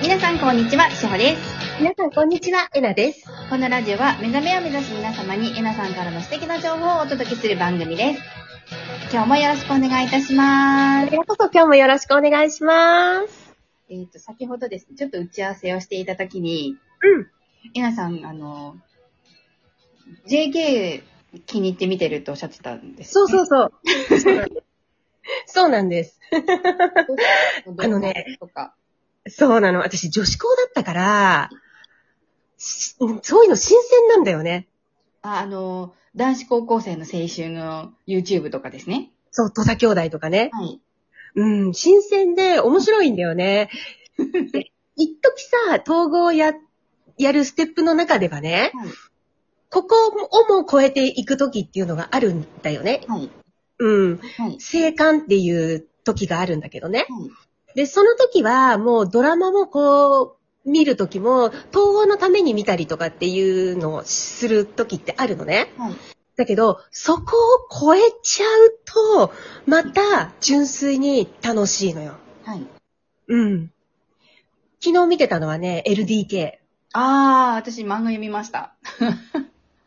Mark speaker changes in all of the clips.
Speaker 1: 皆さんこんにちは、しほです。
Speaker 2: 皆さん、こんにちは。えなです。
Speaker 1: このラジオは目覚めを目指す皆様にえなさんからの素敵な情報をお届けする番組です。今日もよろしくお願いいたしま
Speaker 2: こち
Speaker 1: す。
Speaker 2: らこそ今日もよろしくお願いします。
Speaker 1: えっ、と、先ほどですね、ちょっと打ち合わせをしていたときに、
Speaker 2: うん。
Speaker 1: えなさん、あの、JK 気に入って見てるとおっしゃってたんです、
Speaker 2: そうそうそう。 そうなんです。
Speaker 1: う
Speaker 2: あのね。
Speaker 1: とか。
Speaker 2: そうなの。私、女子校だったから、しそういうの新鮮なんだよね。
Speaker 1: ああの、男子高校生の青春の YouTube とかですね。
Speaker 2: そう、土佐兄弟とかね。
Speaker 1: はい。
Speaker 2: うん、新鮮で面白いんだよね。一時さ、統合や、やるステップの中ではね、
Speaker 1: はい。
Speaker 2: ここをも超えていく時っていうのがあるんだよね。
Speaker 1: はい。
Speaker 2: うん。
Speaker 1: はい。
Speaker 2: 生還っていう時があるんだけどね。
Speaker 1: はい
Speaker 2: で、その時はもうドラマもこう、見る時も、統合のために見たりとかっていうのをする時ってあるのね。
Speaker 1: はい
Speaker 2: だけど、そこを超えちゃうと、また純粋に楽しいのよ。
Speaker 1: はい。
Speaker 2: うん。昨日見てたのはね、LDK。
Speaker 1: あー、私漫画読みました。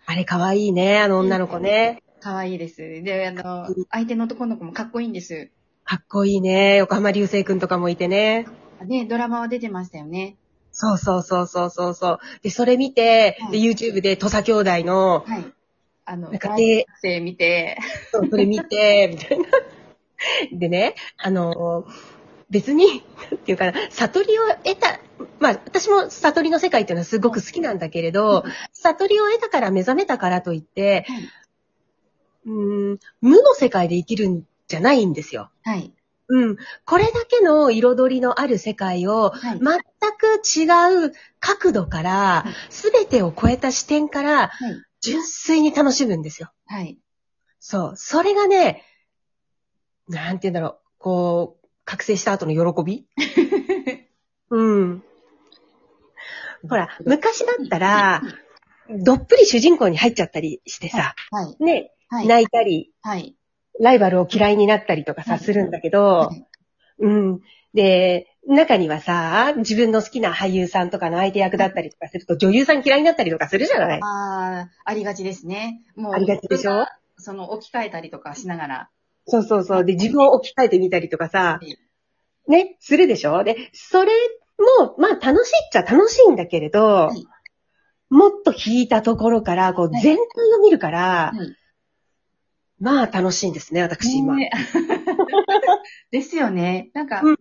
Speaker 2: あれ可愛いね、あの女の子ね。
Speaker 1: 可愛いです。で、あの、相手の男の子もかっこいいんです。
Speaker 2: かっこいいね。横浜流星くんとかもいてね。
Speaker 1: ね、ドラマは出てましたよね。
Speaker 2: そうそうそうそうそうそう。で、それ見て、
Speaker 1: は
Speaker 2: で
Speaker 1: い
Speaker 2: YouTube で土佐兄弟の、
Speaker 1: はい。あの、
Speaker 2: なんか
Speaker 1: 男
Speaker 2: で
Speaker 1: 性見て、
Speaker 2: そうそれ見て、みたいな。でね、あの、別に、なんていうかな、悟りを得た、まあ、私も悟りの世界っていうのはすごく好きなんだけれど、悟りを得たから目覚めたからといって、うーん、無の世界で生きるんじゃないんですよ。
Speaker 1: はい。
Speaker 2: うん。これだけの彩りのある世界を、
Speaker 1: はい。
Speaker 2: 全く違う角度から
Speaker 1: はい、
Speaker 2: すべてを超えた視点か
Speaker 1: は
Speaker 2: ら、
Speaker 1: い。
Speaker 2: 純粋に楽しむんですよ。
Speaker 1: はい。
Speaker 2: そう。それがね、なんて言うんだろう。こう、覚醒した後の喜びうん。 ほら、昔だったら、どっぷり主人公に入っちゃったりしてさ、
Speaker 1: はい。
Speaker 2: ね、
Speaker 1: はい。
Speaker 2: 泣いたり、
Speaker 1: はい。
Speaker 2: ライバルを嫌いになったりとか
Speaker 1: は
Speaker 2: さ、
Speaker 1: い
Speaker 2: するんだけど
Speaker 1: はい、
Speaker 2: うん。で、中にはさ、自分の好きな俳優さんとかの相手役だったりとかすると、女優さん嫌いになったりとかするじゃない
Speaker 1: あー、ありがちですね。もう、
Speaker 2: ありがちでしょ
Speaker 1: その、置き換えたりとかしながら。
Speaker 2: そうそうそう。で、自分を置き換えてみたりとか
Speaker 1: は
Speaker 2: さ
Speaker 1: い、
Speaker 2: ね、するでしょで、それも、まあ楽しいっちゃ楽しいんだけれど
Speaker 1: はい、
Speaker 2: もっと引いたところから、こう
Speaker 1: はい
Speaker 2: 全体を見るから
Speaker 1: は、い。
Speaker 2: まあ楽しいんですね、私今。
Speaker 1: ね ですよね。なんか、
Speaker 2: うん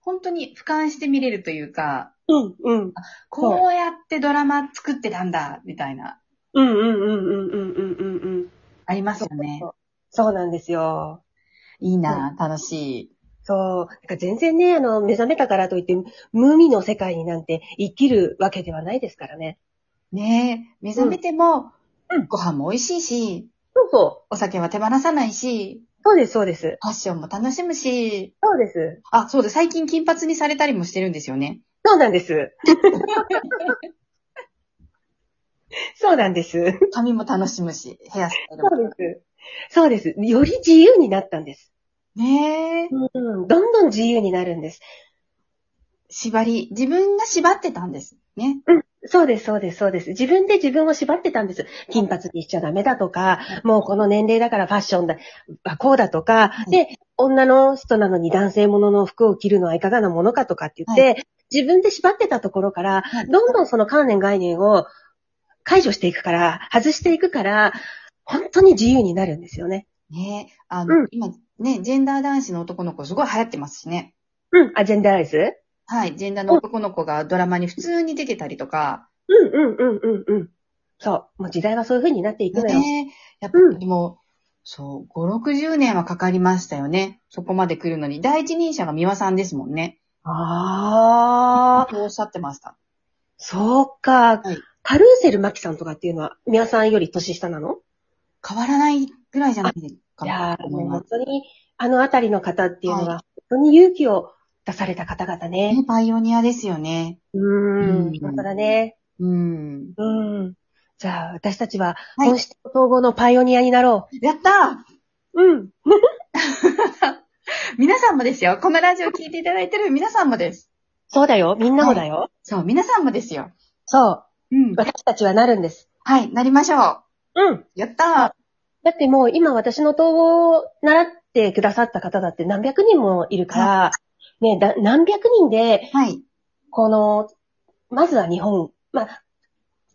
Speaker 1: 本当に俯瞰して見れるというか、
Speaker 2: うん、うん。
Speaker 1: こうやってドラマ作ってたんだ、みたいな、
Speaker 2: うん、うん、うん、うん、うん、うん、うんうん。
Speaker 1: ありますよね。
Speaker 2: そうなんですよ。
Speaker 1: いいな、楽しい。
Speaker 2: そう。なんか全然ね、あの、目覚めたからといって、無味の世界になんて生きるわけではないですからね。
Speaker 1: ねえ、目覚めても、
Speaker 2: うん
Speaker 1: ご飯も美味しいし、
Speaker 2: そうそう。
Speaker 1: お酒は手放さないし、
Speaker 2: そうです、そうです。
Speaker 1: ファッションも楽しむし、
Speaker 2: そうです。
Speaker 1: あ、そうだ、最近金髪にされたりもしてるんですよね。
Speaker 2: そうなん です。そうなんです。そう
Speaker 1: 髪も楽しむし、ヘアスタイルも。
Speaker 2: です。そうです。より自由になったんです。
Speaker 1: ねえ、
Speaker 2: うん。どんどん自由になるんです。
Speaker 1: 縛り、自分が縛ってたんです。ね。
Speaker 2: そうです、そうです、そうです。自分で自分を縛ってたんです。金髪にしちゃダメだとか、もうこの年齢だからファッションだ、はこうだとか、
Speaker 1: い
Speaker 2: で、女の人なのに男性ものの服を着るのはいかがなものかとかって言って、自分で縛ってたところから、
Speaker 1: はい
Speaker 2: どんどんその観念概念を解除していくから、外していくから、本当に自由になるんですよね。
Speaker 1: ねえ、あの、
Speaker 2: うん
Speaker 1: 今、ね、ジェンダー男子の男の子すごい流行ってますしね。
Speaker 2: うん。アジェンダライズ
Speaker 1: はい、ジェンダーの男の子がドラマに普通に出てたりとか、
Speaker 2: うんうんうんうんうん。そう。もう時代はそういう風になっていくのよ。
Speaker 1: ねえ、やっぱりもう、そう、5、60年はかかりましたよね。そこまで来るのに。第一人者が美輪さんですもんね。
Speaker 2: ああ、
Speaker 1: そうおっしゃってました。
Speaker 2: そうか。
Speaker 1: はい
Speaker 2: カルーセルマキさんとかっていうのは、皆さんより年下なの
Speaker 1: 変わらないぐらいじゃないか
Speaker 2: い
Speaker 1: な
Speaker 2: や
Speaker 1: と
Speaker 2: ー、
Speaker 1: 思
Speaker 2: も
Speaker 1: いうま
Speaker 2: 本
Speaker 1: す。
Speaker 2: 当に、あのあたりの方っていうのは、
Speaker 1: は
Speaker 2: 本当に勇気を出された方々ね。
Speaker 1: ね、パイオニアですよね。
Speaker 2: うー
Speaker 1: うん
Speaker 2: ん、今更ね。
Speaker 1: うん。
Speaker 2: うん。じゃあ、私たちは、
Speaker 1: はい
Speaker 2: 本質と統合のパイオニアになろ
Speaker 1: やった
Speaker 2: う。うん。
Speaker 1: ー皆さんもですよ。このラジオ聞いていただいてる皆さんもです。
Speaker 2: そうだよ。みんなもだよ。
Speaker 1: そう、皆さんもですよ。
Speaker 2: そう。
Speaker 1: うん。
Speaker 2: 私たちはなるんです。
Speaker 1: はい、なりましょう。
Speaker 2: うん。
Speaker 1: やった
Speaker 2: だってもう今私の統合を習ってくださった方だって何百人もいるから、ね、だ何百人で、
Speaker 1: ーはい。
Speaker 2: この、まずは日本、まあ、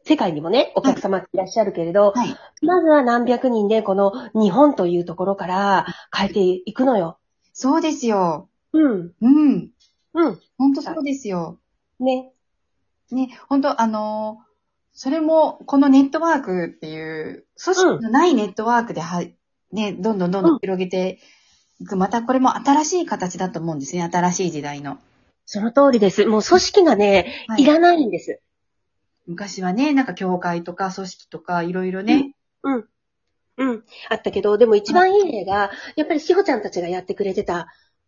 Speaker 2: 世界にもね、お客様いらっしゃるけれど、
Speaker 1: はい。
Speaker 2: まずは何百人でこの日本というところから変えていくのよ。
Speaker 1: そうですよ。
Speaker 2: うん。
Speaker 1: うん。
Speaker 2: うん。
Speaker 1: ほんとそうですよ。
Speaker 2: ね。
Speaker 1: ね、ほんと、あのーそれも、このネットワークっていう、組織のないネットワークでは、ね、どんどんどんど
Speaker 2: うん
Speaker 1: ん広げていく。またこれも新しい形だと思うんですね。新しい時代の。
Speaker 2: その通りです。もう組織がね、
Speaker 1: はい
Speaker 2: いらないんです。
Speaker 1: 昔はね、なんか教会とか組織とかいろいろね。
Speaker 2: うん。あったけど、でも一番いい例が、やっぱりしほちゃんたちがやってくれてた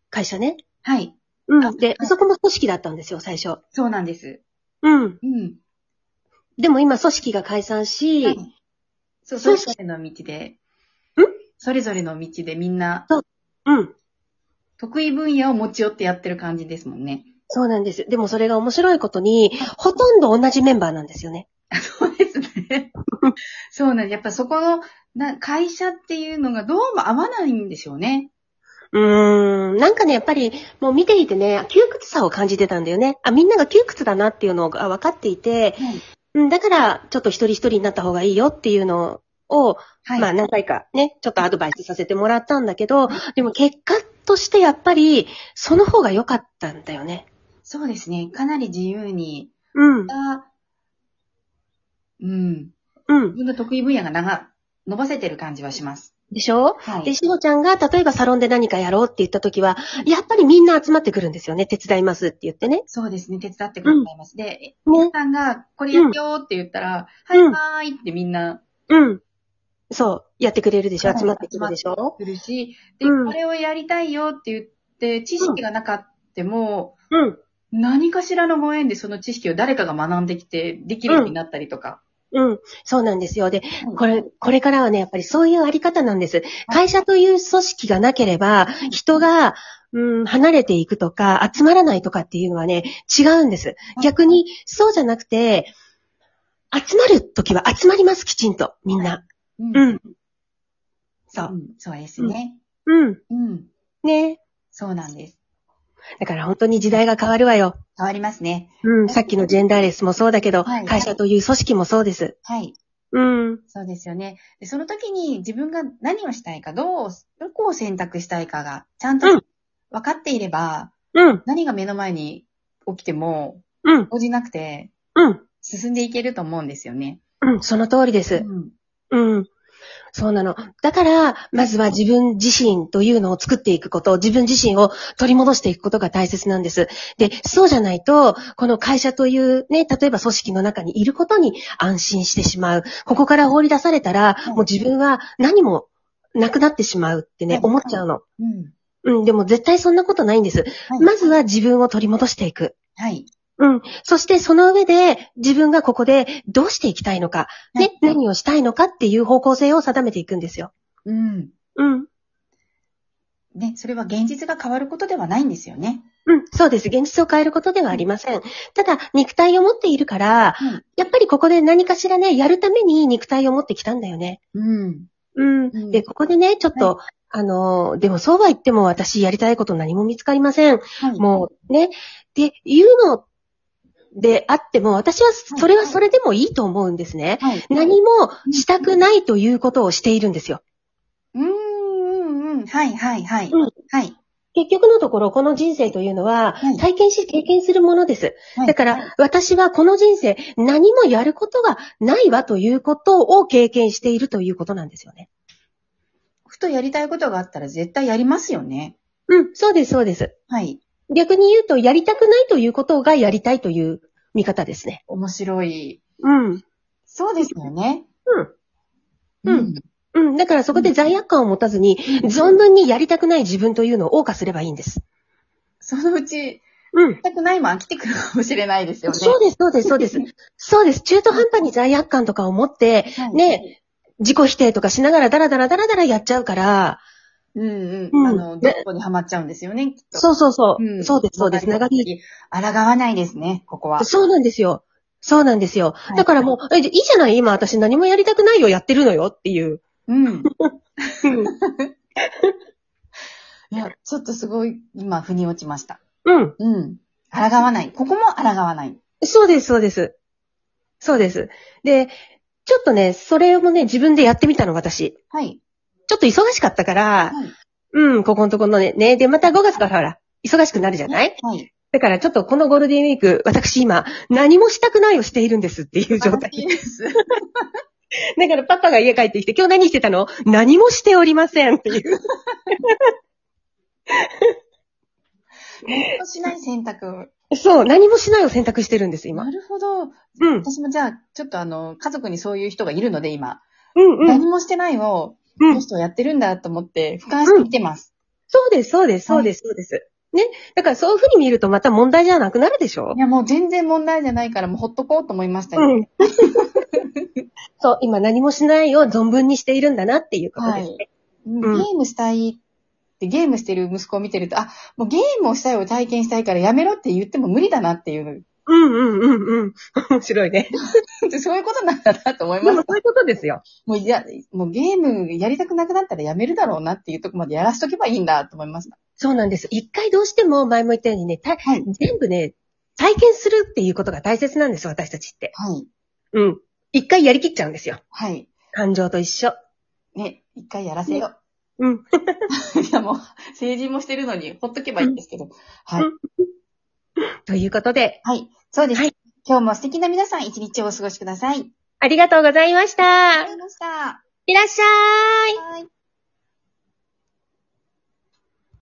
Speaker 2: 会社ね。
Speaker 1: はい。
Speaker 2: うん。で、あそこも組織だったんですよ、最初。
Speaker 1: そうなんです。
Speaker 2: うん。
Speaker 1: うん。
Speaker 2: でも今、組織が解散し、
Speaker 1: はいそう、それぞれの道で。
Speaker 2: ん
Speaker 1: それぞれの道でみんな、
Speaker 2: うん。
Speaker 1: 得意分野を持ち寄ってやってる感じですもんね。
Speaker 2: そうなんです。でもそれが面白いことに、ほとんど同じメンバーなんですよね。
Speaker 1: そうですね。そうなんです。やっぱそこの、な会社っていうのがどうも合わないんでしょうね。
Speaker 2: うーん。なんかね、やっぱり、もう見ていてね、窮屈さを感じてたんだよね。あ、みんなが窮屈だなっていうのが分かっていて、うん、だから、ちょっと一人一人になった方がいいよっていうのを、
Speaker 1: はい。
Speaker 2: まあ何回かね、ちょっとアドバイスさせてもらったんだけど、でも結果としてやっぱり、その方が良かったんだよね。
Speaker 1: そうですね。かなり自由に、
Speaker 2: うん。
Speaker 1: あうん。
Speaker 2: うん
Speaker 1: 自。分の得意分野が長、伸ばせてる感じはします。
Speaker 2: でしょ
Speaker 1: は
Speaker 2: で、
Speaker 1: い。
Speaker 2: しほちゃんが、例えばサロンで何かやろうって言った時は、やっぱりみんな集まってくるんですよね。手伝いますって言ってね。
Speaker 1: そうですね。手伝ってくださいます。で、
Speaker 2: ね。
Speaker 1: さんが、これやってよって言ったら、
Speaker 2: うんうん
Speaker 1: はい、はーいってみんな
Speaker 2: うん。そう。やってくれるでしょ
Speaker 1: はい
Speaker 2: 集まってくるでしょ
Speaker 1: 来るし、で、
Speaker 2: うん
Speaker 1: これをやりたいよって言って、知識がなかったも、
Speaker 2: うん。
Speaker 1: 何かしらのご縁でその知識を誰かが学んできて、できるようになったりとか。
Speaker 2: うん。そうなんですよ。で、
Speaker 1: うん
Speaker 2: これ、これからはね、やっぱりそういうあり方なんです。会社という組織がなければ、人が、うん、離れていくとか、集まらないとかっていうのはね、違うんです。逆に、そうじゃなくて、集まるときは集まります、きちんと。みんな。
Speaker 1: うん
Speaker 2: う
Speaker 1: うん
Speaker 2: ん。そう。
Speaker 1: そうですね。
Speaker 2: うん。
Speaker 1: うん。
Speaker 2: ね
Speaker 1: そうなんです。
Speaker 2: だから本当に時代が変わるわよ。
Speaker 1: 変わりますね。
Speaker 2: うん。さっきのジェンダーレスもそうだけど、
Speaker 1: はい
Speaker 2: 会社という組織もそうです。
Speaker 1: はい。
Speaker 2: うん。
Speaker 1: そうですよね。でその時に自分が何をしたいか、どう、どこを選択したいかが、ちゃんと
Speaker 2: うん
Speaker 1: 分かっていれば、
Speaker 2: うん。
Speaker 1: 何が目の前に起きても、
Speaker 2: うん。
Speaker 1: 応じなくて、
Speaker 2: うん。
Speaker 1: 進んでいけると思うんですよね。
Speaker 2: うん。その通りで
Speaker 1: う
Speaker 2: す。
Speaker 1: ん。
Speaker 2: うん。そうなの。だから、まずは自分自身というのを作っていくこと、自分自身を取り戻していくことが大切なんです。で、そうじゃないと、この会社というね、例えば組織の中にいることに安心してしまう。ここから放り出されたら、
Speaker 1: い
Speaker 2: もう自分は何もなくなってしまうってね
Speaker 1: は、い
Speaker 2: 思っちゃうの。
Speaker 1: うん。
Speaker 2: うん、でも絶対そんなことないんです。
Speaker 1: はい
Speaker 2: まずは自分を取り戻していく。
Speaker 1: はい。
Speaker 2: うん。そしてその上で自分がここでどうしていきたいのか、ね、
Speaker 1: はい
Speaker 2: 何をしたいのかっていう方向性を定めていくんですよ。
Speaker 1: うん。
Speaker 2: うん。
Speaker 1: ね、それは現実が変わることではないんですよね。
Speaker 2: うん、そうです。現実を変えることではありません。ただ、肉体を持っているから、
Speaker 1: はい
Speaker 2: やっぱりここで何かしらね、やるために肉体を持ってきたんだよね。
Speaker 1: うん。
Speaker 2: うん。
Speaker 1: うん
Speaker 2: で、ここでね、ちょっと、あのー、でもそうは言っても私やりたいこと何も見つかりません。
Speaker 1: はい。
Speaker 2: もうね、っていうのであっても、私はそれはそれでもいいと思うんですね。
Speaker 1: はい。
Speaker 2: 何もしたくないということをしているんですよ。
Speaker 1: うーん、うん、うん。はい、はい、はい。
Speaker 2: うん
Speaker 1: はい。
Speaker 2: 結局のところ、この人生というのは
Speaker 1: はい、
Speaker 2: 体験し、経験するものです。
Speaker 1: はい
Speaker 2: だか、ら、私はこの人生、何もやることがないわということを経験しているということなんですよね。
Speaker 1: ふとやりたいことがあったら絶対やりますよね。
Speaker 2: うん、そうです、そうです。
Speaker 1: はい。
Speaker 2: 逆に言うと、やりたくないということがやりたいという見方ですね。
Speaker 1: 面白い。
Speaker 2: うん。
Speaker 1: そうですよね。
Speaker 2: うんうん、だからそこで罪悪感を持たずに、存分にやりたくない自分というのを謳歌すればいいんです。
Speaker 1: そのうち、
Speaker 2: うん。
Speaker 1: 全くないも飽きてくるかもしれないですよね。
Speaker 2: そうです、そうです、そう です。そうです。中途半端に罪悪感とかを持って、
Speaker 1: はい
Speaker 2: ね、自己否定とかしながらダラダラダラダラやっちゃうから、
Speaker 1: うんう。
Speaker 2: うんん
Speaker 1: あの、ど
Speaker 2: で
Speaker 1: こにはまっちゃうんですよね、きっと。
Speaker 2: そうそうそう。
Speaker 1: ん
Speaker 2: そうです、そうです。長引い
Speaker 1: き。抗わないですね、ここは。
Speaker 2: そうなんですよ。そうなんですよ。
Speaker 1: はい
Speaker 2: だからもう、え、じゃいいじゃない今私何もやりたくないよ、やってるのよっていう。
Speaker 1: うん。
Speaker 2: うん。
Speaker 1: いや、ちょっとすごい、今、腑に落ちました。
Speaker 2: うん。
Speaker 1: うん。抗わない。ここも抗わない。
Speaker 2: そうです、そうです。そうです。で、ちょっとね、それもね、自分でやってみたの、私。
Speaker 1: はい。
Speaker 2: ちょっと忙しかったから、
Speaker 1: はい。
Speaker 2: うん、ここのところのね、ね、で、また5月からほら、忙しくなるじゃない
Speaker 1: はい。
Speaker 2: だからちょっとこのゴールデンウィーク、私今、何もしたくないをしているんですっていう状態。
Speaker 1: いいです。
Speaker 2: だからパパが家帰ってきて、今日何してたの何もしておりませんっていう。
Speaker 1: しない選択。
Speaker 2: そう、何もしないを選択してるんです、今
Speaker 1: な。るほど。
Speaker 2: うん。
Speaker 1: 私もじゃあ、ちょっとあの、家族にそういう人がいるので、今。
Speaker 2: うんうん。
Speaker 1: 何もしてないを、こ
Speaker 2: う
Speaker 1: の
Speaker 2: ん。
Speaker 1: 人やってるんだと思って、俯瞰して見てます。
Speaker 2: そうです、そうです、そうです、そうです。ね。だからそういうふうに見るとまた問題じゃなくなるでしょ
Speaker 1: いや、もう全然問題じゃないから、もうほっとこうと思いましたよ。
Speaker 2: うん。 そう、今何もしないを存分にしているんだなっていうこと
Speaker 1: は
Speaker 2: です。
Speaker 1: い。ゲームしたいって、ゲームしてる息子を見てると、あ、もうゲームをしたいを体験したいからやめろって言っても無理だなっていう、
Speaker 2: うんうんうんうん。 面白いね。
Speaker 1: そういうことなんだなと思い
Speaker 2: で
Speaker 1: ま
Speaker 2: も
Speaker 1: す。
Speaker 2: そういうことですよ。
Speaker 1: もういや、もうゲームやりたくなくなったらやめるだろうなっていうとこまでやらしとけばいいんだと思いました。
Speaker 2: そうなんです。一回どうしても前も言ったようにね、た
Speaker 1: はい。
Speaker 2: 全部ね、体験するっていうことが大切なんですよ、私たちって。
Speaker 1: はい。
Speaker 2: うん。一回やりきっちゃうんですよ。
Speaker 1: はい。
Speaker 2: 感情と一緒。
Speaker 1: ね、一回やらせよう。
Speaker 2: うん。
Speaker 1: いや、もう、成人もしてるのに、ほっとけばいいんですけど。はい。
Speaker 2: ということで、
Speaker 1: はい。そうです。
Speaker 2: はい
Speaker 1: 今日も素敵な皆さん、一日をお過ごしください。
Speaker 2: ありがとうございまし
Speaker 1: ありがとう
Speaker 2: た。
Speaker 1: ございました。
Speaker 2: いらっしゃー
Speaker 1: は
Speaker 2: い。
Speaker 1: い。